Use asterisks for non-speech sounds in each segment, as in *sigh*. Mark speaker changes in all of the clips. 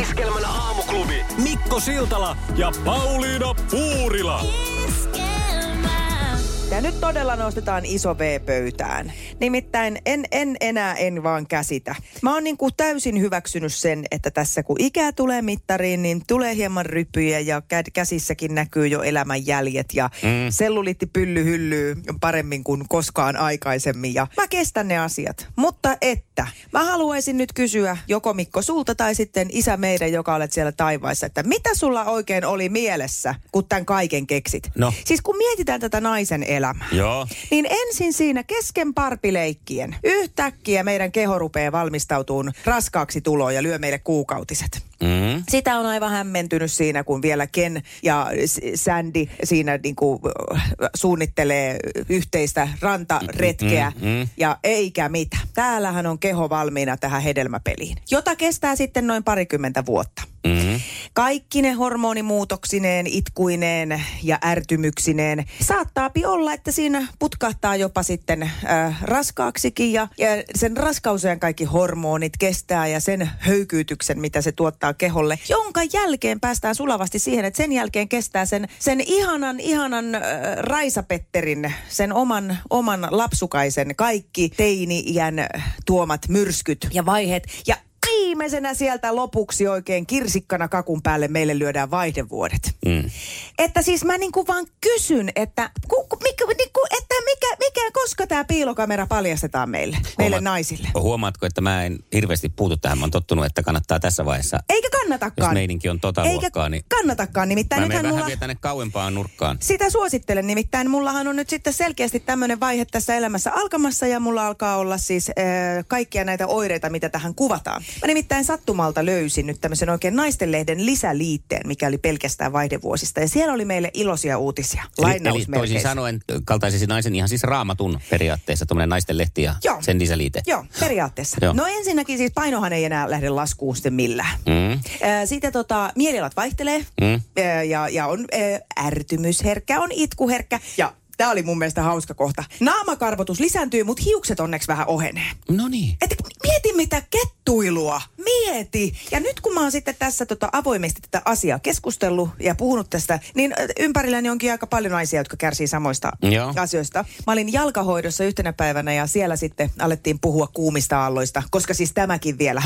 Speaker 1: Iskelmän aamuklubi.
Speaker 2: Mikko Siltala ja Pauliina Puurila.
Speaker 3: Ja nyt todella nostetaan iso V-pöytään. Nimittäin en, en enää en vaan käsitä. Mä oon niin kuin täysin hyväksynyt sen, että tässä kun ikää tulee mittariin, niin tulee hieman rypyjä ja kä- käsissäkin näkyy jo elämän jäljet ja mm. selluliittipylly hyllyy paremmin kuin koskaan aikaisemmin. Ja mä kestän ne asiat, mutta että. Mä haluaisin nyt kysyä joko Mikko sulta tai sitten isä meidän, joka olet siellä taivaissa, että mitä sulla oikein oli mielessä, kun tämän kaiken keksit?
Speaker 2: No.
Speaker 3: Siis kun mietitään tätä naisen elämää,
Speaker 2: Joo.
Speaker 3: niin ensin siinä kesken parpileikkien yhtäkkiä meidän keho rupeaa valmistautumaan raskaaksi tuloon ja lyö meille kuukautiset.
Speaker 2: Mm.
Speaker 3: Sitä on aivan hämmentynyt siinä, kun vielä Ken ja S- Sandy siinä niinku, äh, suunnittelee yhteistä rantaretkeä mm, mm, mm. ja eikä mitä. Täällähän on keho valmiina tähän hedelmäpeliin, jota kestää sitten noin parikymmentä vuotta.
Speaker 2: Mm.
Speaker 3: Kaikki ne hormonimuutoksineen, itkuineen ja ärtymyksineen. Saattaapi olla, että siinä putkahtaa jopa sitten äh, raskaaksikin ja, ja sen raskausajan kaikki hormonit kestää ja sen höykyytyksen, mitä se tuottaa keholle, jonka jälkeen päästään sulavasti siihen, että sen jälkeen kestää sen, sen ihanan, ihanan äh, raisapetterin, sen oman, oman lapsukaisen kaikki teini-iän äh, tuomat myrskyt ja vaiheet ja viimeisenä sieltä lopuksi oikein kirsikkana kakun päälle meille lyödään vaihdevuodet.
Speaker 2: Mm.
Speaker 3: Että siis mä niinku vaan kysyn, että, ku, ku, mikä, niinku, että mikä, mikä, koska tämä piilokamera paljastetaan meille, meille
Speaker 2: Huomaat-
Speaker 3: naisille.
Speaker 2: Huomaatko, että mä en hirveästi puutu tähän. Mä oon tottunut, että kannattaa tässä vaiheessa,
Speaker 3: Eikä
Speaker 2: jos
Speaker 3: kannatakaan.
Speaker 2: meininki on tota
Speaker 3: Eikä
Speaker 2: luokkaa, niin
Speaker 3: kannatakaan, nimittäin
Speaker 2: mä menen
Speaker 3: nythän
Speaker 2: vähän
Speaker 3: mulla...
Speaker 2: vielä tänne kauempaan nurkkaan.
Speaker 3: Sitä suosittelen nimittäin. Mullahan on nyt sitten selkeästi tämmöinen vaihe tässä elämässä alkamassa ja mulla alkaa olla siis äh, kaikkia näitä oireita, mitä tähän kuvataan. Mä nimittäin sattumalta löysin nyt tämmöisen oikein naistenlehden lisäliitteen, mikä oli pelkästään vaihdevuosista. Ja siellä oli meille iloisia uutisia.
Speaker 2: Eli, eli toisin
Speaker 3: Lainausmerkeissä.
Speaker 2: sanoen kaltaisesi naisen ihan siis raamatun periaatteessa, tuommoinen naisten lehti ja
Speaker 3: Joo.
Speaker 2: sen lisäliite.
Speaker 3: Joo, periaatteessa.
Speaker 2: Joo.
Speaker 3: No ensinnäkin siis painohan ei enää lähde laskuun sitten millään.
Speaker 2: Mm.
Speaker 3: Ää, Siitä tota, mielialat vaihtelee
Speaker 2: Mm.
Speaker 3: Ää, ja, ja on ää, ärtymysherkkä, on itkuherkkä ja tämä oli mun mielestä hauska kohta. Naamakarvotus lisääntyy, mutta hiukset onneksi vähän ohenee.
Speaker 2: No niin.
Speaker 3: Et mieti mitä kettuilua, mieti. Ja nyt kun mä oon sitten tässä tota avoimesti tätä asiaa keskustellut ja puhunut tästä, niin ö, ympärilläni onkin aika paljon naisia, jotka kärsii samoista
Speaker 2: Joo.
Speaker 3: asioista. Mä olin jalkahoidossa yhtenä päivänä ja siellä sitten alettiin puhua kuumista aalloista, koska siis tämäkin vielä.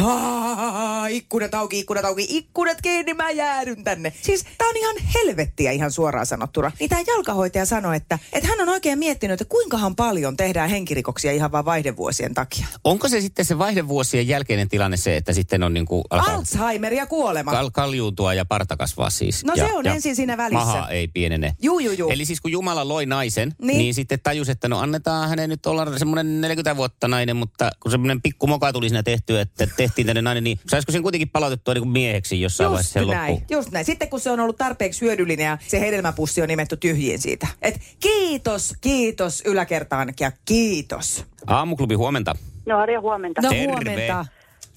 Speaker 3: ikkunat auki, ikkunat auki, ikkunat kiinni, mä jäädyn tänne. Siis tää on ihan helvettiä ihan suoraan sanottuna. Niin tää jalkahoitaja sanoi, että, että hän on oikein miettinyt, että kuinkahan paljon tehdään henkirikoksia ihan vaan vaihdevuosien takia.
Speaker 2: Onko se sitten se vaihdevuosien jälkeinen tilanne se, että sitten on niin kuin alkaa
Speaker 3: Alzheimer ja kuolema.
Speaker 2: kal- kaljuuntua ja parta kasvaa siis?
Speaker 3: No
Speaker 2: ja,
Speaker 3: se on
Speaker 2: ja
Speaker 3: ensin siinä välissä.
Speaker 2: Maha ei pienene.
Speaker 3: Juu, juu, juu.
Speaker 2: Eli siis kun Jumala loi naisen, niin,
Speaker 3: Niin.
Speaker 2: niin sitten tajus, että no annetaan hänen nyt olla semmoinen 40 vuotta nainen, mutta kun semmoinen pikku moka tuli siinä tehtyä, että tehtiin tänne nainen, niin saisiko sen kuitenkin palautettua niin kuin mieheksi jossain vaiheessa
Speaker 3: Just
Speaker 2: sen
Speaker 3: näin,
Speaker 2: loppuun?
Speaker 3: just näin. Sitten kun se on ollut tarpeeksi hyödyllinen ja se hedelmäpussi on nimetty tyhjiin siitä. Et kiitos, kiitos yläkertaan ja kiitos.
Speaker 2: Aamuklubi huomenta.
Speaker 4: No Arja, huomenta.
Speaker 3: No
Speaker 2: Terve.
Speaker 3: huomenta.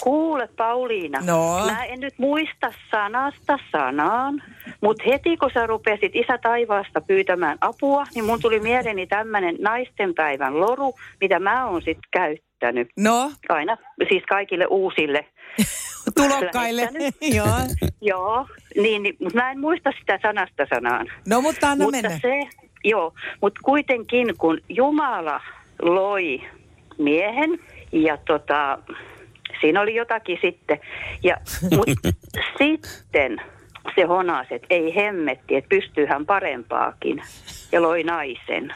Speaker 4: Kuule Pauliina,
Speaker 3: No.
Speaker 4: mä en nyt muista sanasta sanaan, mutta heti kun sä rupesit isä taivaasta pyytämään apua, niin mun tuli mieleeni tämmöinen naistenpäivän loru, mitä mä oon sit käyttänyt
Speaker 3: No,
Speaker 4: aina, siis kaikille uusille.
Speaker 3: tulokkaille.
Speaker 4: Lähettänyt.
Speaker 3: *laughs* Joo.
Speaker 4: Joo, niin, niin, mutta mä en muista sitä sanasta sanaan.
Speaker 3: No mutta anna
Speaker 4: mutta
Speaker 3: mennä.
Speaker 4: se, joo, mutta kuitenkin kun Jumala loi miehen ja tota, siinä oli jotakin sitten.
Speaker 3: *laughs*
Speaker 4: Ja, mut sitten se honas, että ei hemmetti, että pystyyhän parempaakin. Ja loi naisen.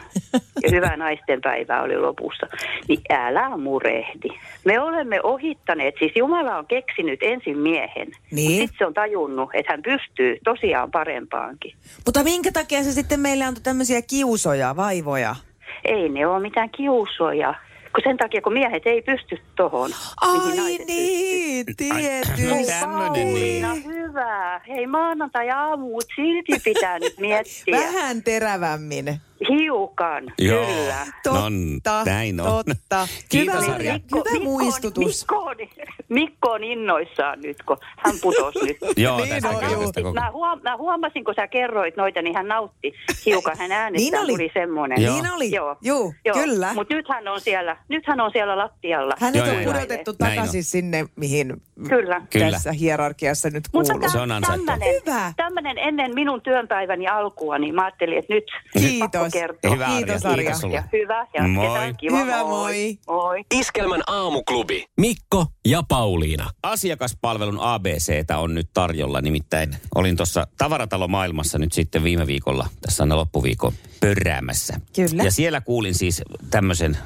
Speaker 4: Ja hyvä naisten päivä oli lopussa. Niin älä murehdi. Me olemme ohittaneet, siis Jumala on keksinyt ensin miehen.
Speaker 3: Niin.
Speaker 4: Sitten se on tajunnut, että hän pystyy tosiaan parempaankin.
Speaker 3: Mutta minkä takia se sitten meillä on tämmöisiä kiusoja, vaivoja?
Speaker 4: Ei ne ole mitään kiusoja. Kun sen takia, kun miehet ei pysty tohon. mihin
Speaker 3: Ai
Speaker 4: naiset
Speaker 3: niin,
Speaker 4: pystyy.
Speaker 3: tietysti.
Speaker 2: Tämmönen niin.
Speaker 4: Pauliina, hyvä. Hei maanantai aamu, mut silti pitää nyt miettiä.
Speaker 3: *laughs* Vähän terävämmin.
Speaker 4: Hiukan,
Speaker 2: Joo.
Speaker 4: kyllä. Niin,
Speaker 3: Totta,
Speaker 2: Non, No, näin on.
Speaker 3: totta.
Speaker 2: Kiitos,
Speaker 3: hyvä,
Speaker 2: Arja.
Speaker 3: Hyvä muistutus.
Speaker 4: Mikko on, Mikko on innoissaan nyt, kun hän putosi
Speaker 3: *laughs*
Speaker 4: nyt.
Speaker 2: Joo,
Speaker 3: Niin
Speaker 2: tästä
Speaker 3: on, juu.
Speaker 2: kaikesta koko.
Speaker 4: Mä, huom- mä huomasin, kun sä kerroit noita, niin hän nautti hiukan. Hän äänestään
Speaker 3: Niin oli.
Speaker 4: tuli semmoinen.
Speaker 2: Joo.
Speaker 3: Niin oli. Juu, kyllä.
Speaker 4: Mutta nyt hän on siellä, nyt hän on siellä lattialla.
Speaker 3: Hänet
Speaker 2: Joo,
Speaker 3: on
Speaker 2: näin on.
Speaker 3: pudotettu
Speaker 2: Näin on.
Speaker 3: takaisin sinne, mihin
Speaker 4: Kyllä.
Speaker 2: Kyllä.
Speaker 3: tässä hierarkiassa nyt
Speaker 4: Mutta
Speaker 3: kuuluu.
Speaker 2: Se on ansaittu.
Speaker 3: Hyvä.
Speaker 4: tämmöinen ennen minun työnpäiväni alkua, niin mä ajattelin, että nyt
Speaker 3: Kiitos.
Speaker 4: pakko kertoa.
Speaker 2: Hyvä, Arja.
Speaker 3: Kiitos, Arja.
Speaker 2: Kiitos
Speaker 4: Ja
Speaker 2: sulle.
Speaker 4: hyvä, jatketaan.
Speaker 2: Moi.
Speaker 4: Kiva,
Speaker 3: Hyvä, moi.
Speaker 4: Moi.
Speaker 1: Iskelmän aamuklubi. Mikko ja Pauliina.
Speaker 2: asiakaspalvelun ABCtä on nyt tarjolla. Nimittäin olin tuossa tavaratalomaailmassa nyt sitten viime viikolla, tässä on loppuviikon, pörräämässä.
Speaker 3: Kyllä.
Speaker 2: Ja siellä kuulin siis tämmöisen *laughs*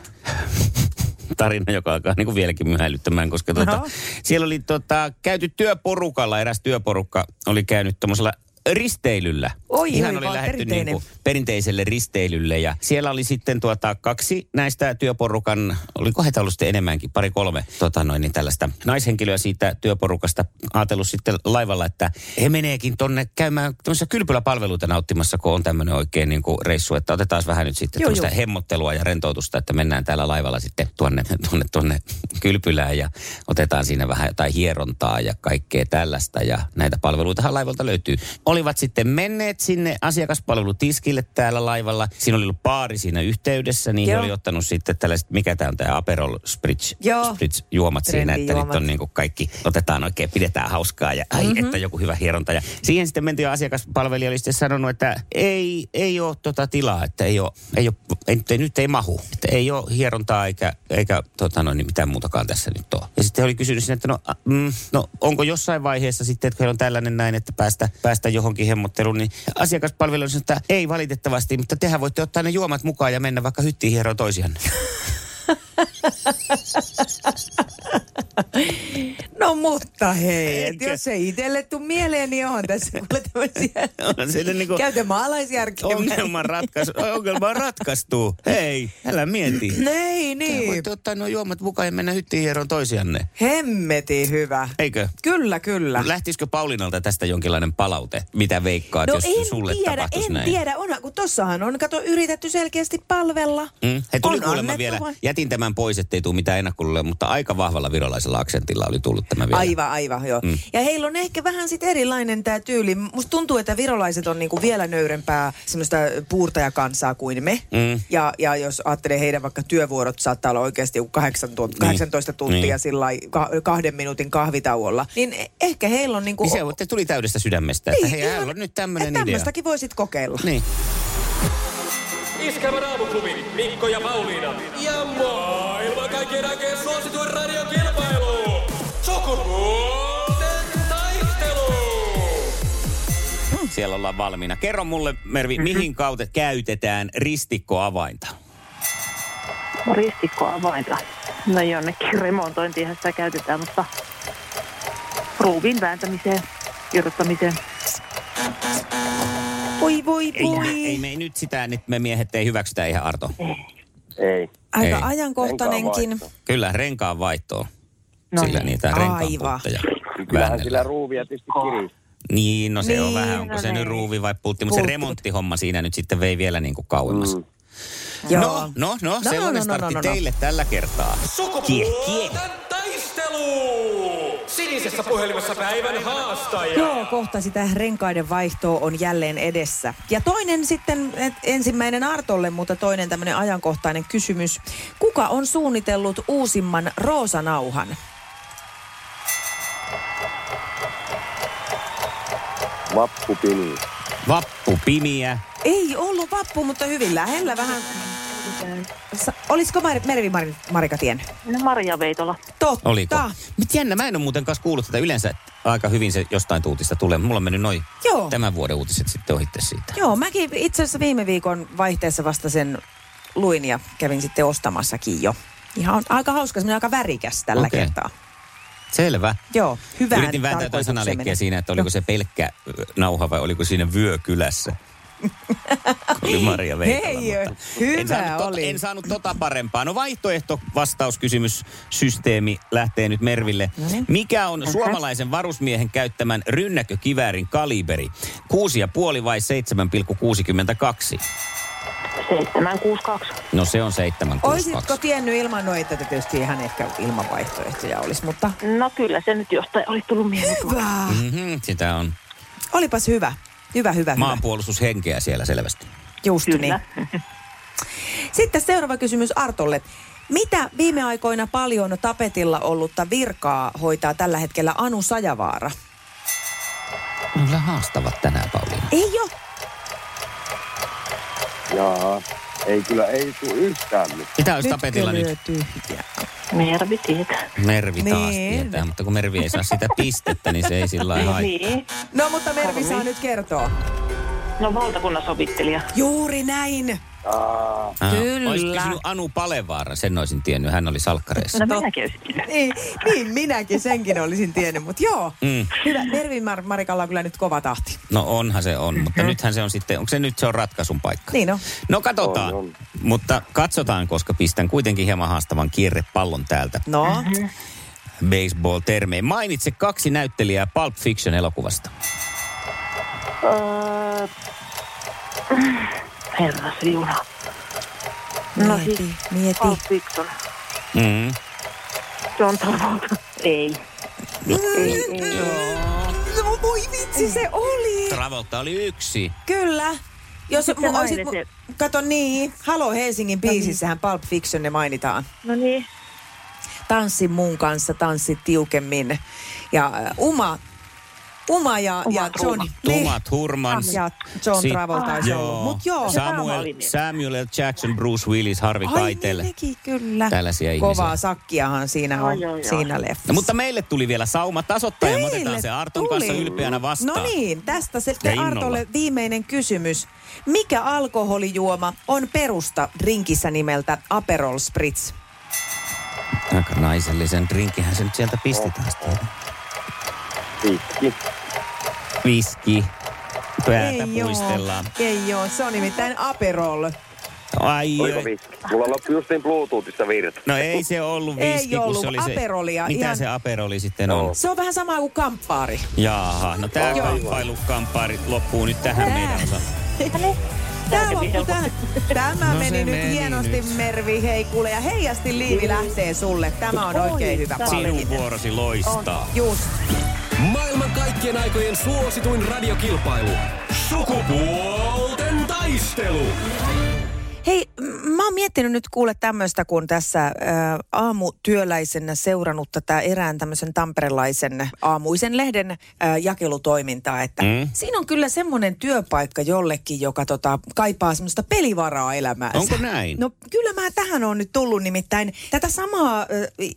Speaker 2: tarina, joka alkaa niin kuin vieläkin myhäilyttämään, koska tuota,
Speaker 3: No.
Speaker 2: siellä oli tota, käyty työporukalla, eräs työporukka oli käynyt tuommosella risteilyllä.
Speaker 3: Oi,
Speaker 2: Ihan
Speaker 3: oi,
Speaker 2: oli
Speaker 3: vaan
Speaker 2: lähdetty
Speaker 3: perinteinen.
Speaker 2: niinku perinteiselle risteilylle ja siellä oli sitten tuota, kaksi näistä työporukan, oliko heitä ollut sitten enemmänkin, pari kolme tota noin, niin tällaista naishenkilöä siitä työporukasta ajatellut sitten laivalla, että he meneekin tonne käymään tämmöisiä kylpyläpalveluita nauttimassa, kun on tämmöinen oikein niin kuin reissu, että otetaan vähän nyt sitten
Speaker 3: Joo,
Speaker 2: tämmöistä
Speaker 3: joo.
Speaker 2: hemmottelua ja rentoutusta, että mennään täällä laivalla sitten tuonne, tuonne, tuonne kylpylään ja otetaan siinä vähän jotain hierontaa ja kaikkea tällaista ja näitä palveluitahan laivalta löytyy. Olivat sitten menneet sinne asiakaspalvelutiskille täällä laivalla. Siinä oli ollut baari siinä yhteydessä, niin Joo. he
Speaker 3: Joo.
Speaker 2: oli ottanut sitten tällaiset, mikä tämä on tämä Aperol Spritz,
Speaker 3: Joo.
Speaker 2: Spritz juomat siinä, että nyt
Speaker 3: Trendijuomat.
Speaker 2: on niin kuin kaikki, otetaan oikein, pidetään hauskaa ja ai, mm-hmm. että joku hyvä hieronta. Ja siihen sitten mentiin ja asiakaspalvelija oli sitten sanonut, että ei, ei ole tota tilaa, että ei ole, ei ole ei, nyt ei, nyt ei mahu, että ei ole hierontaa eikä, eikä tota noin, niin mitään muutakaan tässä nyt ole. Ja sitten he oli kysynyt sinne, että no, a, mm, no onko jossain vaiheessa sitten, että kun heillä on tällainen näin, että päästä, päästä johonkin hemmotteluun, niin asiakaspalvelu sanoi, että ei valitettavasti, mutta tehän voitte ottaa ne juomat mukaan ja mennä vaikka hyttiin hieroon toisiaan.
Speaker 3: No mutta hei, et
Speaker 2: Eikö?
Speaker 3: jos ei itselle tule mieleen, niin on
Speaker 2: *laughs*
Speaker 3: tässä kuule tämmöisiä.
Speaker 2: *laughs* Onhan siellä niinku-
Speaker 3: Käytä maalaisjärkeä.
Speaker 2: Ongelman
Speaker 3: *laughs*
Speaker 2: ratkaisu, ongelma ratkaistuu. Hei, älä mieti.
Speaker 3: Ei
Speaker 2: Niin.
Speaker 3: niin.
Speaker 2: Voitte ottaa nuo juomat mukaan ja mennä hyttiin hieroon toisianne.
Speaker 3: Hemmeti hyvä.
Speaker 2: Eikö?
Speaker 3: Kyllä, kyllä.
Speaker 2: Lähtisikö Paulinalta tästä jonkinlainen palaute? Mitä veikkaat,
Speaker 3: No
Speaker 2: jos sulle
Speaker 3: en tiedä,
Speaker 2: tapahtuisi
Speaker 3: en
Speaker 2: näin?
Speaker 3: tiedä. Onhan, kun tossahan on, kato, yritetty selkeästi palvella.
Speaker 2: Mm? He tuli
Speaker 3: On
Speaker 2: kuulemma
Speaker 3: annettu
Speaker 2: vielä,
Speaker 3: vai-
Speaker 2: jätin tämän pois, ettei tule mitään ennakkoluuloja, mutta aika vahvalla virolaisella aksentilla oli tullut tämä vielä.
Speaker 3: Aivan, aivan, joo. Mm. Ja heillä on ehkä vähän sit erilainen tämä tyyli. Musta tuntuu, että virolaiset on niinku vielä nöyrempää semmoista puurtajakansaa kuin me.
Speaker 2: Mm.
Speaker 3: Ja, ja jos ajattelee heidän vaikka työvuorot saattaa olla oikeasti joku kahdeksan tunt- 18 tuntia
Speaker 2: Niin.
Speaker 3: sillä lailla ka- kahden minuutin kahvitauolla. Niin e- ehkä heillä on niinku... Niin,
Speaker 2: Niin se että tuli täydestä sydämestä, että hei,
Speaker 3: ihan-
Speaker 2: hän on nyt tämmöinen
Speaker 3: että
Speaker 2: idea.
Speaker 3: Tämmöistäkin voisit kokeilla.
Speaker 2: Niin.
Speaker 1: Iskelmän aamuklubi. Mikko ja Pauliina. Ja maailman kaikkien aikeen suosituen radiokilpailu. Sukupuolten taistelu.
Speaker 3: Mm.
Speaker 2: Siellä ollaan valmiina. Kerro mulle, Mervi, mihin kautta käytetään ristikkoavainta?
Speaker 5: ristikko avainta. No jonnekin remontointiinhan sitä käytetään, mutta ruuvin vääntämiseen, irrottamiseen.
Speaker 3: Voi, voi,
Speaker 2: Niin. Ei,
Speaker 3: voi.
Speaker 2: ei me nyt sitä, nyt me miehet ei hyväksytä ihan Arto.
Speaker 6: Ei.
Speaker 3: Aika
Speaker 2: ei.
Speaker 3: ajankohtainenkin.
Speaker 6: Renkaan
Speaker 2: Kyllä, renkaan vaihtoon. No
Speaker 5: No
Speaker 2: sillä
Speaker 5: niin.
Speaker 2: niitä
Speaker 3: Aivan.
Speaker 2: renkaanpuutteja
Speaker 6: Kyllähän sillä
Speaker 2: väännellään.
Speaker 6: ruuvia tietysti kiristää.
Speaker 2: Niin, no se on
Speaker 3: Niin,
Speaker 2: vähän, onko
Speaker 5: no
Speaker 2: se
Speaker 5: niin.
Speaker 2: nyt ruuvi vai puutti, mutta se
Speaker 3: Puutti.
Speaker 2: remonttihomma siinä nyt sitten vei vielä niin kuin kauemmas. Mm.
Speaker 3: Joo.
Speaker 2: No, no, no,
Speaker 3: no,
Speaker 2: sellainen
Speaker 3: no, no,
Speaker 2: startti
Speaker 3: no, no.
Speaker 2: teille tällä kertaa.
Speaker 1: Sukupuolten taistelu. Sinisessä puhelimessa päivän haastaja.
Speaker 3: Joo, kohta sitä renkaiden vaihtoa on jälleen edessä. Ja toinen sitten, et ensimmäinen Artolle, mutta toinen tämmöinen ajankohtainen kysymys. Kuka on suunnitellut uusimman roosanauhan?
Speaker 6: Vappupini.
Speaker 2: Vappu pimiä.
Speaker 3: Ei ollut vappu, mutta hyvin lähellä vähän. Sa- olisiko Mar- Mervi Mar- Marika tiennyt?
Speaker 5: No Maria Veitola.
Speaker 3: Totta.
Speaker 2: Oliko? Mutta jännä, mä en ole muuten kanssa kuullut tätä yleensä aika hyvin se jostain tuutista tulee. Mulla on mennyt noin
Speaker 3: Joo.
Speaker 2: tämän vuoden uutiset sitten ohitte siitä.
Speaker 3: Joo, mäkin itse asiassa viime viikon vaihteessa vasta sen luin ja kävin sitten ostamassakin jo. Ihan aika hauska, semmoinen aika värikäs tällä
Speaker 2: Okei.
Speaker 3: kertaa.
Speaker 2: Selvä.
Speaker 3: Joo, hyvä.
Speaker 2: Yritin vääntää jotain sanaleikkiä siinä, että
Speaker 3: No,
Speaker 2: oliko se pelkkä ö, nauha vai oliko siinä vyö
Speaker 3: *laughs*
Speaker 2: kylässä. Kun oli Maria Veitola,
Speaker 3: Hei,
Speaker 2: mutta en
Speaker 3: hyvä
Speaker 2: saanut, tota,
Speaker 3: oli.
Speaker 2: en saanut tota parempaa. No vaihtoehto vastauskysymys systeemi lähtee nyt Merville.
Speaker 3: Noniin.
Speaker 2: Mikä on suomalaisen varusmiehen käyttämän rynnäkökiväärin kaliberi? 6,5 vai 7,62?
Speaker 5: 762.
Speaker 2: No se on 762.
Speaker 3: Oisitko tiennyt ilman noita, että tietysti ihan ehkä ilman vaihtoehtoja olisi, mutta
Speaker 5: No kyllä se nyt jostain oli tullut mieleen.
Speaker 3: hyvä.
Speaker 2: Mm-hmm, sitä on
Speaker 3: Olipas hyvä. Hyvä, hyvä, hyvä.
Speaker 2: maanpuolustushenkeä siellä selvästi.
Speaker 3: Just
Speaker 5: Kyllä.
Speaker 3: niin. Sitten seuraava kysymys Artolle. Mitä viime aikoina paljon tapetilla ollutta virkaa hoitaa tällä hetkellä Anu Sajavaara?
Speaker 2: No kyllä haastavat tänään, Pauliina.
Speaker 3: Ei ole.
Speaker 6: Jaa. Ei kyllä, ei tuu yhtään mitään.
Speaker 2: Mitä olisi tapetilla nyt?
Speaker 3: tyhjä.
Speaker 5: Mervi tietää.
Speaker 2: Mervi taas
Speaker 3: Niin.
Speaker 2: tietää, mutta kun Mervi ei saa sitä pistettä, niin se ei sillä lailla haittaa.
Speaker 5: Niin.
Speaker 3: No mutta Mervi saa nyt kertoa.
Speaker 5: No valtakunnan sovittelija.
Speaker 3: Juuri näin.
Speaker 6: Jaa.
Speaker 2: Ah,
Speaker 3: Kyllä.
Speaker 2: Olisit kysynyt Anu Palevaara, sen olisin tiennyt, hän oli salkkareissa.
Speaker 5: No minäkin olisin sitä.
Speaker 3: Niin, niin minäkin senkin olisin tiennyt, mutta joo.
Speaker 2: Mm.
Speaker 3: Hyvä, Mervi Mar- Marikalla on kyllä nyt kova tahti.
Speaker 2: No onhan se on, mutta nythän se on sitten, onko se nyt se on ratkaisun paikka?
Speaker 3: Niin on.
Speaker 2: No katsotaan,
Speaker 6: On, on.
Speaker 2: mutta katsotaan, koska pistän kuitenkin hieman haastavan kierrepallon täältä
Speaker 3: No,
Speaker 2: baseball-termeen. Mainitse kaksi näyttelijää Pulp Fiction-elokuvasta.
Speaker 5: Öö, herras Juna. No
Speaker 3: mieti,
Speaker 5: siis, Paul
Speaker 3: mieti.
Speaker 5: Fiction.
Speaker 2: Mm.
Speaker 5: John Travolta. Ei.
Speaker 3: No Mm, voi vitsi, se oli.
Speaker 2: Travolta oli yksi.
Speaker 3: Kyllä. Jos
Speaker 5: Sitten
Speaker 3: mu-
Speaker 5: se No
Speaker 3: oisit,
Speaker 5: nainen
Speaker 3: mu- kato niin, Halo Helsingin biisissähän Pulp Fiction ne mainitaan.
Speaker 5: No niin.
Speaker 3: Tanssi mun kanssa, tanssi tiukemmin. Ja äh, Uma, Uma ja,
Speaker 5: Uma
Speaker 3: ja
Speaker 5: Thurman.
Speaker 3: John.
Speaker 2: Tumat Hurmans.
Speaker 3: Niin. Ja John
Speaker 2: Sit-
Speaker 3: Travolta olisi ollut. Mut joo.
Speaker 5: Tämä
Speaker 2: Samuel,
Speaker 5: oli niin.
Speaker 2: Samuel L. Jackson, Bruce Willis, Harvey
Speaker 3: Ai
Speaker 2: Keitel.
Speaker 3: niin nekin, kyllä.
Speaker 2: Tällaisia
Speaker 3: Kovaa
Speaker 2: ihmisiä.
Speaker 3: sakkiahan siinä on,
Speaker 5: Ai, ai, ai.
Speaker 3: siinä leffassa.
Speaker 2: No, mutta meille tuli vielä sauma tasoittaja. ja me
Speaker 3: Teille
Speaker 2: otetaan se Arton
Speaker 3: tuli.
Speaker 2: kanssa ylpeänä vastaan.
Speaker 3: No niin, tästä se
Speaker 2: Ja innolla.
Speaker 3: Artolle viimeinen kysymys. Mikä alkoholijuoma on perusta drinkissä nimeltä Aperol Spritz?
Speaker 2: Aika naisellisen drinkihän se nyt sieltä pistetään sitten.
Speaker 6: Pitki.
Speaker 2: Viski. Päätä
Speaker 3: Ei oo.
Speaker 2: puistellaan.
Speaker 3: Ei joo, se on nimittäin Aperol.
Speaker 2: Ai,
Speaker 6: Oliko
Speaker 2: ai.
Speaker 6: viski? Mulla loppui just niin Bluetoothista virta.
Speaker 2: No ei se ollut
Speaker 3: Ei
Speaker 2: viski, kun
Speaker 3: ollut,
Speaker 2: se oli se...
Speaker 3: Aperolia,
Speaker 2: Mitä
Speaker 3: ihan-
Speaker 2: se aperoli sitten on?
Speaker 6: Joo.
Speaker 3: Se on vähän sama kuin kamppaari.
Speaker 2: Jaaha, no tää
Speaker 3: Joo.
Speaker 2: kamppailukamppaari loppuu nyt tähän
Speaker 3: Tää.
Speaker 2: meidän osaan.
Speaker 3: Tämä, loppu, tämä, tämä
Speaker 2: No se
Speaker 3: meni nyt
Speaker 2: meni
Speaker 3: hienosti,
Speaker 2: nyt.
Speaker 3: Mervi, hei kuule. Ja heijasti liivi lähtee sulle. Tämä on oikein hyvä
Speaker 2: Sinun
Speaker 3: palkinto.
Speaker 2: vuorosi loistaa.
Speaker 3: Just.
Speaker 1: Maailman kaikkien aikojen suosituin radiokilpailu. Sukupuolten taistelu.
Speaker 3: Hei, m- mä oon miettinyt nyt kuule tämmöistä, kun tässä ä, aamutyöläisenä seurannut tätä erään tämmöisen tamperelaisen aamuisen lehden ä, jakelutoimintaa, että mm. siinä on kyllä semmoinen työpaikka jollekin, joka tota, kaipaa semmoista pelivaraa elämäänsä.
Speaker 2: Onko näin?
Speaker 3: No kyllä mä tähän on nyt tullut nimittäin. Tätä samaa äh,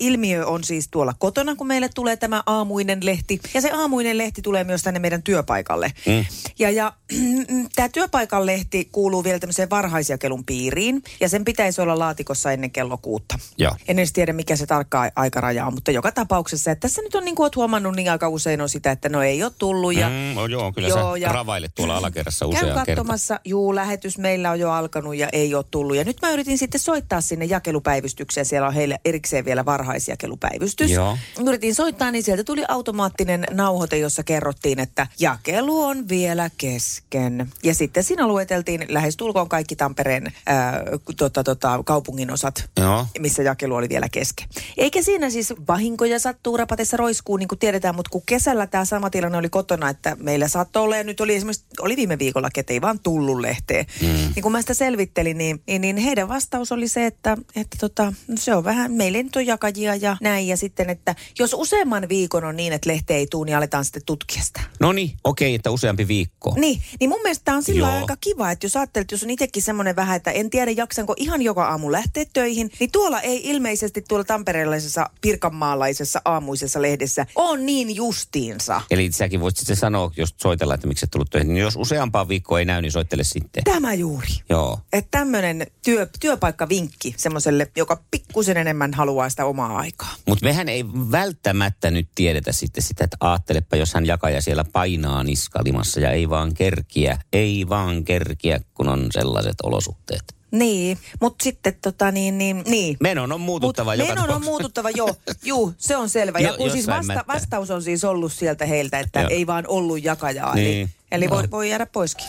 Speaker 3: ilmiö on siis tuolla kotona, kun meille tulee tämä aamuinen lehti. Ja se aamuinen lehti tulee myös tänne meidän työpaikalle. Mm. Ja, ja *clears throat* tämä työpaikan lehti kuuluu vielä tämmöiseen varhaisjakelun piiriin. Ja sen pitäisi olla laatikossa ennen kello kuutta.
Speaker 2: Joo.
Speaker 3: En edes tiedä, mikä se tarkka ai- aikaraja on, mutta joka tapauksessa. Että tässä nyt on, niin kuin oot huomannut, niin aika usein on sitä, että no ei ole tullut. Ja
Speaker 2: Mm, oh, joo, kyllä
Speaker 3: Joo,
Speaker 2: sä
Speaker 3: ja-
Speaker 2: ravailet tuolla alakerrassa
Speaker 3: Käyn
Speaker 2: usean kertaan.
Speaker 3: katsomassa, juu, lähetys meillä on jo alkanut ja ei ole tullut. Ja nyt mä yritin sitten soittaa sinne jakelupäivystykseen. Siellä on heillä erikseen vielä varhaisjakelupäivystys.
Speaker 2: Joo.
Speaker 3: Yritin soittaa, niin sieltä tuli automaattinen nauhoite, jossa kerrottiin, että jakelu on vielä kesken. Ja sitten siinä lueteltiin lähestulkoon kaikki Tampereen ää, tota, tota, kaupungin osat
Speaker 2: Joo.
Speaker 3: missä jakelu oli vielä kesken. Eikä siinä siis vahinkoja sattuu rapatessa roiskuu, niin kuin tiedetään, mutta kun kesällä tämä sama tilanne oli kotona, että meillä saattoi olla, ja nyt oli esimerkiksi, oli viime viikolla, että ei vaan tullut lehteen. Mm. Niin kun mä sitä selvittelin, niin, niin, niin heidän vastaus oli se, että, että tota, no se on vähän, meillä ei nyt on jakajia ja näin, ja sitten, että jos useamman viikon on niin, että lehte ei tule, niin aletaan sitten tutkia sitä.
Speaker 2: No niin, okei, että useampi viikko.
Speaker 3: Niin, niin mun mielestä tämä on sillä
Speaker 2: Joo.
Speaker 3: lailla aika kiva, että jos ajattelet, jos on itsekin semmoinen vähän, että en tiedä jaksanko ihan joka aamu lähteä töihin, niin tuolla ei ilmeisesti tuolla tamperelaisessa pirkanmaalaisessa aamuisessa lehdessä on niin justiinsa.
Speaker 2: Eli säkin voit sitten sanoa, jos soitellaan, että miksi et tullut töihin. Niin jos useampaa viikkoa ei näy, niin soittele sitten.
Speaker 3: Tämä juuri.
Speaker 2: Joo.
Speaker 3: Että tämmöinen työ, työpaikkavinkki semmoiselle, joka pikkusen enemmän haluaa sitä omaa aikaa.
Speaker 2: Mutta mehän ei välttämättä nyt tiedetä sitten sitä, että ajattelepa, jos hän jakaja siellä painaa niskalimassa ja ei vaan kerkiä, ei vaan kerkiä, kun on sellaiset olosuhteet.
Speaker 3: Niin, mutta sitten tota niin, niin, niin.
Speaker 2: Menon on muututtava
Speaker 3: Mut
Speaker 2: joka
Speaker 3: menon on
Speaker 2: tapauksessa.
Speaker 3: muututtava, joo, juu, se on selvä. Ja
Speaker 2: Jo-
Speaker 3: kun siis
Speaker 2: jossain
Speaker 3: vasta,
Speaker 2: mättää.
Speaker 3: vastaus on siis ollut sieltä heiltä, että
Speaker 2: Joo.
Speaker 3: ei vaan ollut jakajaa.
Speaker 2: Niin.
Speaker 3: Eli, eli
Speaker 2: Joo.
Speaker 3: voi, voi jäädä poiskin.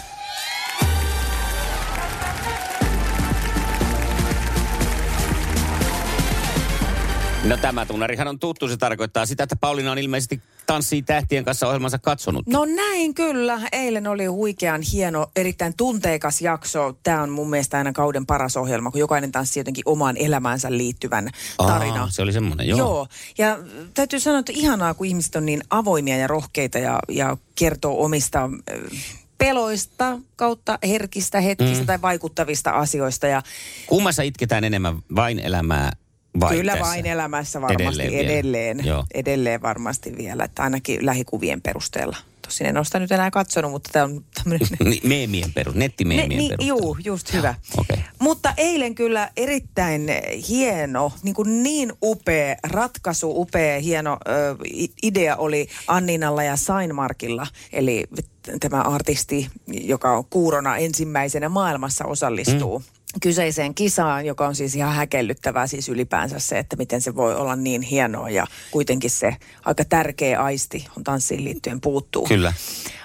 Speaker 2: No tämä tunnarihan on tuttu, se tarkoittaa sitä, että Pauliina on ilmeisesti tanssii tähtien kanssa ohjelmansa katsonut.
Speaker 3: No näin kyllä. Eilen oli huikean hieno, erittäin tunteikas jakso. Tämä on mun mielestä aina kauden paras ohjelma, kun jokainen tanssii jotenkin omaan elämäänsä liittyvän tarina.
Speaker 2: Aa, se oli semmoinen, joo.
Speaker 3: Joo, ja täytyy sanoa, että ihanaa, kun ihmiset on niin avoimia ja rohkeita ja, ja kertoo omista äh, peloista kautta herkistä hetkistä mm. tai vaikuttavista asioista. Ja
Speaker 2: Kummassa itketään enemmän vain elämää vai
Speaker 3: kyllä
Speaker 2: tässä?
Speaker 3: vain elämässä varmasti
Speaker 2: Edelleen
Speaker 3: edelleen,
Speaker 2: vielä.
Speaker 3: edelleen,
Speaker 2: Joo.
Speaker 3: edelleen varmasti vielä, että ainakin lähikuvien perusteella. Tosin en ole sitä nyt enää katsonut, mutta tämä on tämmöinen
Speaker 2: *laughs* Ni- Meemien peru, nettimeemien
Speaker 3: niin,
Speaker 2: perusteella.
Speaker 3: Juu, just hyvä.
Speaker 2: okei.
Speaker 3: Mutta eilen kyllä erittäin hieno, niin, kuin niin upea ratkaisu, upea hieno ö, i- idea oli Anninalla ja Sainmarkilla, eli t- tämä artisti, joka on kuurona ensimmäisenä maailmassa osallistuu. Mm kyseiseen kisaan, joka on siis ihan häkellyttävää siis ylipäänsä se, että miten se voi olla niin hienoa ja kuitenkin se aika tärkeä aisti on tanssiin liittyen puuttuu.
Speaker 2: Kyllä.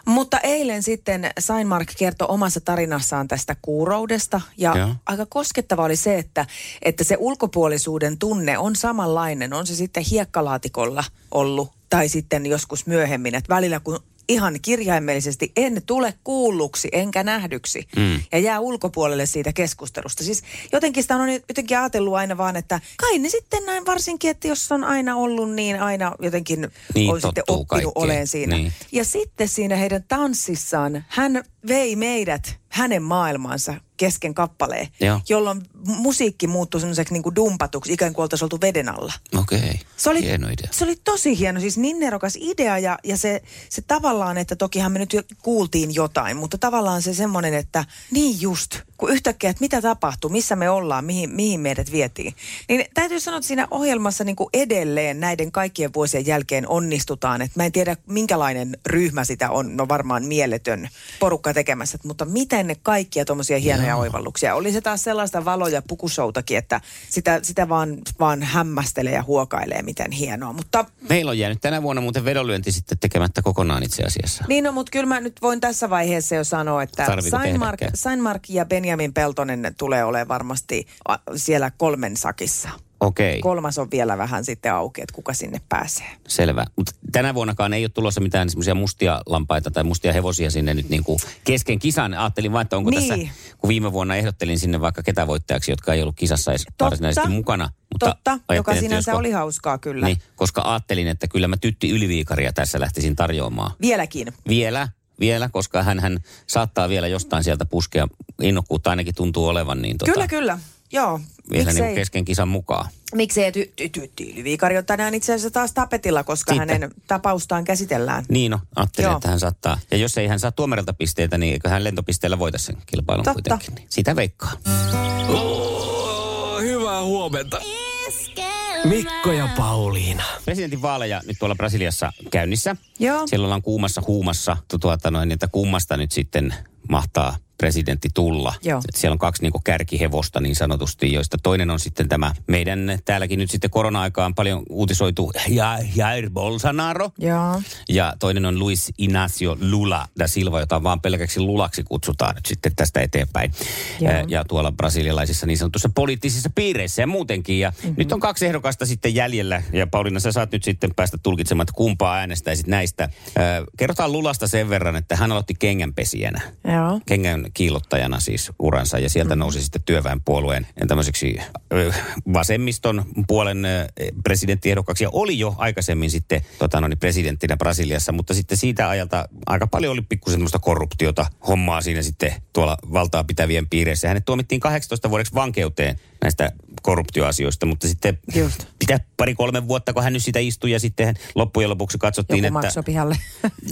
Speaker 3: Mutta eilen sitten Sainmark kertoi omassa tarinassaan tästä kuuroudesta ja
Speaker 2: Joo.
Speaker 3: Joo. aika koskettava oli se, että, että se ulkopuolisuuden tunne on samanlainen, on se sitten hiekkalaatikolla ollut tai sitten joskus myöhemmin, että välillä kun ihan kirjaimellisesti en tule kuulluksi enkä nähdyksi mm. ja jää ulkopuolelle siitä keskustelusta. Siis jotenkin sitä on jotenkin ajatellut aina vaan, että kai ne sitten näin varsinkin, että jos on aina ollut, niin aina jotenkin
Speaker 2: Niin,
Speaker 3: on sitten
Speaker 2: tottuu
Speaker 3: oppinut
Speaker 2: kaikkeen.
Speaker 3: oleen siinä.
Speaker 2: Niin.
Speaker 3: Ja sitten siinä heidän tanssissaan hän vei meidät hänen maailmaansa kesken kappaleen,
Speaker 2: Joo.
Speaker 3: jolloin musiikki muuttui semmoiseksi niin dumpatuksi, ikään kuin oltaisiin oltu veden alla.
Speaker 2: Okei, okay.
Speaker 3: Se oli,
Speaker 2: hieno idea.
Speaker 3: se oli tosi hieno, siis niin nerokas idea ja, ja se, se tavallaan, että tokihan me nyt jo kuultiin jotain, mutta tavallaan se semmoinen, että niin just, kun yhtäkkiä, että mitä tapahtuu, missä me ollaan, mihin, mihin meidät vietiin. Niin täytyy sanoa, että siinä ohjelmassa niin kuin edelleen näiden kaikkien vuosien jälkeen onnistutaan, että mä en tiedä minkälainen ryhmä sitä on, no varmaan mieletön porukka tekemässä, että mutta miten ne kaikkia tuommoisia hienoja oivalluksia. Oli se taas sellaista valo- ja pukusoutakin, että sitä, sitä vaan, vaan hämmästelee ja huokailee, miten hienoa. Mutta
Speaker 2: Meillä on jäänyt tänä vuonna muuten vedonlyönti sitten tekemättä kokonaan itse asiassa.
Speaker 3: niin on, mutta kyllä mä nyt voin tässä vaiheessa jo sanoa, että
Speaker 2: Tarviiko
Speaker 3: Sainmark,
Speaker 2: tehdäkään?
Speaker 3: Sainmark ja Benjamin Peltonen tulee olemaan varmasti a, siellä kolmen sakissa.
Speaker 2: Okei, okay,
Speaker 3: Kolmas on vielä vähän sitten auki, että kuka sinne pääsee.
Speaker 2: selvä. Mutta tänä vuonnakaan ei ole tulossa mitään semmoisia mustia lampaita tai mustia hevosia sinne nyt niin kuin kesken kisan. Ajattelin vaan, että onko
Speaker 3: Niin.
Speaker 2: tässä, kun viime vuonna ehdottelin sinne vaikka ketä voittajaksi, jotka ei ollut kisassa edes varsinaisesti mukana. Mutta
Speaker 3: totta
Speaker 2: ajattelin,
Speaker 3: joka
Speaker 2: että
Speaker 3: sinänsä
Speaker 2: josko-
Speaker 3: oli hauskaa kyllä.
Speaker 2: Niin, koska ajattelin, että kyllä mä tytti yliviikaria tässä lähtisin tarjoamaan.
Speaker 3: Vieläkin.
Speaker 2: Vielä, vielä, koska hän, hän saattaa vielä jostain sieltä puskea. Innokkuutta ainakin tuntuu olevan, niin tota,
Speaker 3: Kyllä, kyllä. Joo,
Speaker 2: vielä niin
Speaker 3: miksei.
Speaker 2: kuin kesken kisan mukaan.
Speaker 3: Miksei ty- ty- ty- tyyliviikari on tänään itse asiassa taas tapetilla, koska
Speaker 2: Siitä.
Speaker 3: Siitä. hänen tapaustaan käsitellään.
Speaker 2: Niin no, ajattelin, Joo.
Speaker 3: Joo.
Speaker 2: että hän saattaa. Ja jos ei hän saa tuomarilta pisteitä, niin eikö hän lentopisteellä voita sen kilpailun
Speaker 3: Totta.
Speaker 2: kuitenkin. Niin Sitä veikkaa.
Speaker 1: Oh, hyvää huomenta. Mikko ja Pauliina.
Speaker 2: Presidentin vaaleja nyt tuolla Brasiliassa käynnissä.
Speaker 3: Joo.
Speaker 2: Siellä ollaan kuumassa huumassa, tu- tuota noin, että kummasta nyt sitten mahtaa presidentti tulla.
Speaker 3: Joo.
Speaker 2: Et Siellä on kaksi niin kärkihevosta niin sanotusti, joista toinen on sitten tämä meidän täälläkin nyt sitten korona-aikaan paljon uutisoitu Ja- Jair Bolsonaro.
Speaker 3: Joo.
Speaker 2: Ja toinen on Luis Inacio Lula da Silva, jota vaan pelkäksi Lulaksi kutsutaan nyt sitten tästä eteenpäin.
Speaker 3: Joo.
Speaker 2: Ää, Ja tuolla brasilialaisissa niin sanotussa poliittisissa piireissä ja muutenkin. Ja mm-hmm. nyt on kaksi ehdokasta sitten jäljellä. Ja Pauliina, sä saat nyt sitten päästä tulkitsemaan, että kumpaa äänestäisit näistä. Ää, Kerrotaan Lulasta sen verran, että hän aloitti kengänpesijänä.
Speaker 3: Joo. Mm.
Speaker 2: Kengän kiillottajana siis uransa ja sieltä nousi sitten työväenpuolueen äh, tämmöiseksi ö, vasemmiston puolen ö, presidenttiehdokkaaksi ja oli jo aikaisemmin sitten tota, no niin, presidenttinä Brasiliassa, mutta sitten siitä ajalta aika paljon oli pikkusen tämmöistä korruptiota hommaa siinä sitten tuolla valtaa pitävien piireissä. Hänet tuomittiin 18 vuodeksi vankeuteen näistä korruptioasioista, mutta sitten
Speaker 3: Just.
Speaker 2: pitää pari-kolme vuotta, kun hän nyt sitä istui ja sitten hän loppujen lopuksi katsottiin,
Speaker 3: Joku
Speaker 2: että...
Speaker 3: maksoi pihalle.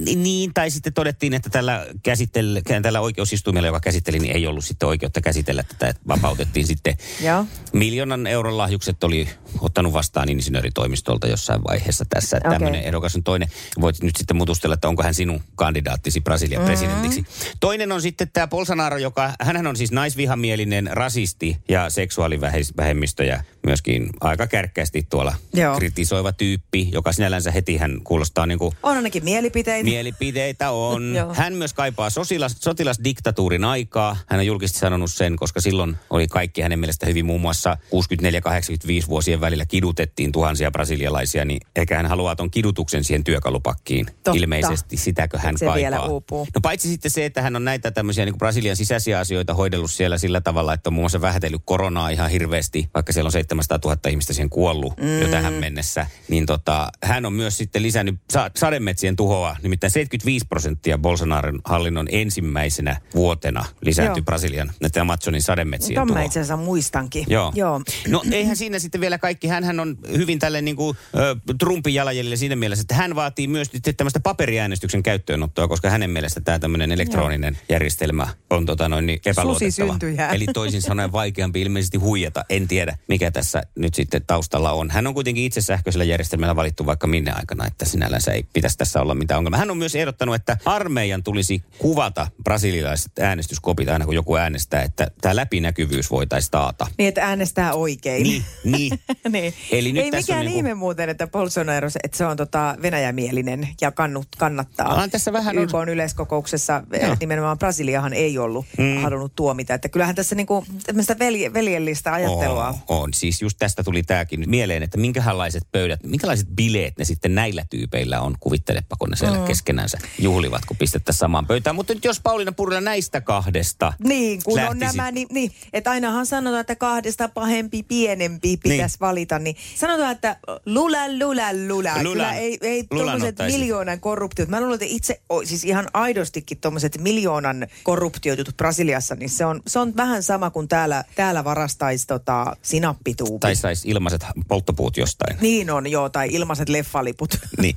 Speaker 2: Niin, niin, tai sitten todettiin, että tällä, käsittely, tällä oikeusistuimella, joka käsitteli, niin ei ollut sitten oikeutta käsitellä tätä, että vapautettiin sitten.
Speaker 3: Joo.
Speaker 2: Miljoonan euron lahjukset oli ottanut vastaan insinööritoimistolta jossain vaiheessa tässä. Okay.
Speaker 3: Okei.
Speaker 2: Tämmöinen ehdokas on toinen. Voit nyt sitten mutustella, että onko hän sinun kandidaattisi
Speaker 3: Mm-hmm.
Speaker 2: Brasilian presidentiksi. Toinen on sitten tämä Bolsonaro, joka, hänhän on siis naisvihamielinen rasisti ja seksuaalivähemmistöjä myöskin aika kärkkäästi tuolla
Speaker 3: Joo.
Speaker 2: kritisoiva tyyppi, joka sinällänsä heti hän kuulostaa niin kuin
Speaker 3: *laughs* On ainakin mielipiteitä.
Speaker 2: Mielipiteitä on.
Speaker 3: *laughs* Joo.
Speaker 2: Hän myös kaipaa sotilas, sotilasdiktatuurin aikaa. Hän on julkisesti sanonut sen, koska silloin oli kaikki hänen mielestä hyvin. Muun muassa 64-85 vuosien välillä kidutettiin tuhansia brasilialaisia, niin ehkä hän haluaa ton kidutuksen siihen työkalupakkiin.
Speaker 3: Totta.
Speaker 2: Ilmeisesti sitäkö hän
Speaker 3: Se
Speaker 2: kaipaa.
Speaker 3: vielä uupuu.
Speaker 2: No paitsi sitten se, että hän on näitä tämmöisiä niin Brasilian sisäisiä asioita hoidellut siellä sillä tavalla, että on muun muassa vähätellyt koronaa ihan hirveästi, vaikka siellä on 700 000 ihmistä siihen kuollut mm. jo tähän mennessä. Niin tota, hän on myös sitten lisännyt sa- sademetsien tuhoa, nimittäin 75 prosenttia Bolsonaron hallinnon ensimmäisenä vuotena lisääntyi
Speaker 3: Joo.
Speaker 2: Brasilian näiden Amazonin sademetsien
Speaker 3: Tämän mä
Speaker 2: tuhoa.
Speaker 3: itse asiassa muistankin.
Speaker 2: Joo.
Speaker 3: Joo.
Speaker 2: No eihän siinä sitten vielä kaikki. Hänhän on hyvin tälle niin kuin, ö, Trumpin jalanjäljellä siinä mielessä, että hän vaatii myös nyt tämmöistä paperiäänestyksen käyttöönottoa, koska hänen mielestä tämä tämmöinen elektroninen Joo. järjestelmä on tota noin niin epäluotettava.
Speaker 3: syntyjää.
Speaker 2: Eli toisin sanoen vaikeampi ilmeisesti huijata. En tiedä, mikä tässä nyt sitten taustalla on. Hän on kuitenkin itse sähköisellä järjestelmällä valittu vaikka minne aikana, että sinällänsä ei pitäisi tässä olla mitään ongelmaa. Hän on myös ehdottanut, että armeijan tulisi kuvata brasilialaiset äänestyskopit aina kun joku äänestää, että tämä läpinäkyvyys voitaisiin taata.
Speaker 3: Niin, että äänestää oikein.
Speaker 2: Niin, niin.
Speaker 3: *laughs* niin.
Speaker 2: Eli nyt
Speaker 3: Ei
Speaker 2: tässä on
Speaker 3: mikään
Speaker 2: niinku-
Speaker 3: ihme muuten, että Bolsonaro, että se on tota venäjämielinen ja kannut, kannattaa.
Speaker 2: Ah, tässä vähän on-
Speaker 3: YK on yleiskokouksessa,
Speaker 2: Joo.
Speaker 3: no. nimenomaan Brasiliahan ei ollut mm. halunnut tuomita. Että kyllähän tässä niinku tämmöistä velje, veljellistä ajattelua on.
Speaker 2: On, on, siis just tästä tuli tämäkin nyt mieleen, että minkälaisia pöydät, minkälaiset bileet ne sitten näillä tyypeillä on, kuvittelepa kun ne siellä mm. keskenänsä juhlivat, kun pistettä samaan pöytään. Mutta nyt jos Pauliina Purilla näistä kahdesta
Speaker 3: Niin, kun
Speaker 2: lähtisi,
Speaker 3: Lähtisi. on nämä, niin, niin että ainahan sanotaan, että kahdesta pahempi, pienempi pitäisi
Speaker 2: Niin.
Speaker 3: niin. valita, niin sanotaan, että lula, lula, lula.
Speaker 2: Lulan.
Speaker 3: Kyllä ei, ei
Speaker 2: Lulan
Speaker 3: tuommoiset
Speaker 2: ottaisit.
Speaker 3: miljoonan korruptiot. Mä luulen, että itse, o- siis ihan aidostikin tuommoiset miljoonan korruptiotut Brasiliassa, niin se on, se on vähän sama kuin täällä, täällä varastaisi tota sinappituubi.
Speaker 2: tai saisi ilmaiset polttopuut jostain.
Speaker 3: *laughs* Niin on, joo, tai ilmaiset leffaliput.
Speaker 2: Niin.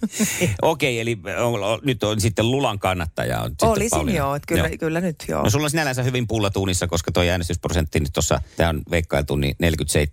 Speaker 2: Okei, eli on, on, nyt on sitten Lulan kannattaja. On sitten
Speaker 3: *laughs* Olisin
Speaker 2: Pauliina.
Speaker 3: joo, että kyllä, kyllä nyt joo.
Speaker 2: No sulla on sinällänsä hyvin pulla tuunissa, koska toi äänestysprosentti nyt tuossa, tämä on veikkailtu, niin 47-33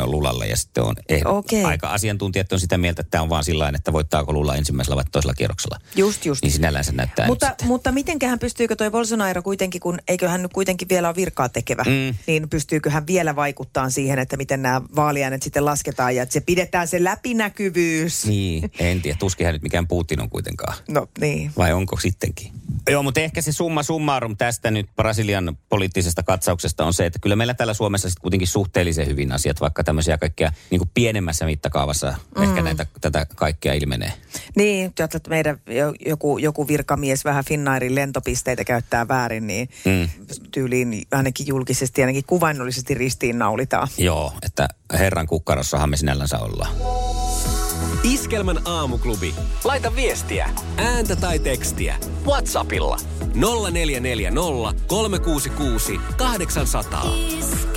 Speaker 2: on Lulalle ja sitten on ehdot,
Speaker 3: Okei.
Speaker 2: aika asiantuntijat on sitä mieltä, että tämä on vaan sillä että voittaako Lula ensimmäisellä vai toisella kierroksella.
Speaker 3: Just, just.
Speaker 2: Niin sinällänsä näyttää
Speaker 3: Mutta,
Speaker 2: nyt sitten.
Speaker 3: mutta mitenköhän pystyykö toi Bolsonaro kuitenkin, kun eikö hän nyt kuitenkin vielä ole virkaa tekevä,
Speaker 2: Mm.
Speaker 3: mm. niin pystyykö hän vielä vaikuttaa siihen, että miten nämä vaaliäänet sitten lasketaan ja että se pidetään se läpinäkyvyys.
Speaker 2: Niin, en tiedä. Tuskihan nyt mikään Putin on kuitenkaan.
Speaker 3: No niin.
Speaker 2: Vai onko sittenkin? Joo, mutta ehkä se summa summarum tästä nyt Brasilian poliittisesta katsauksesta on se, että kyllä meillä täällä Suomessa sitten kuitenkin suhteellisen hyvin asiat, vaikka tämmöisiä kaikkia niin kuin pienemmässä mittakaavassa mm. ehkä näitä, tätä kaikkea ilmenee.
Speaker 3: Niin, jotta että meidän jo- joku, joku virkamies vähän Finnairin lentopisteitä käyttää väärin, niin mm. tyyliin ainakin julkisesti, ainakin kuvainnollisesti ristiinnaulitaan.
Speaker 2: Joo, että herran kukkarossahan me sinällänsä ollaan.
Speaker 1: Iskelmän aamuklubi. Laita viestiä, ääntä tai tekstiä. WhatsAppilla 0440 366 800.
Speaker 7: Iskelmä.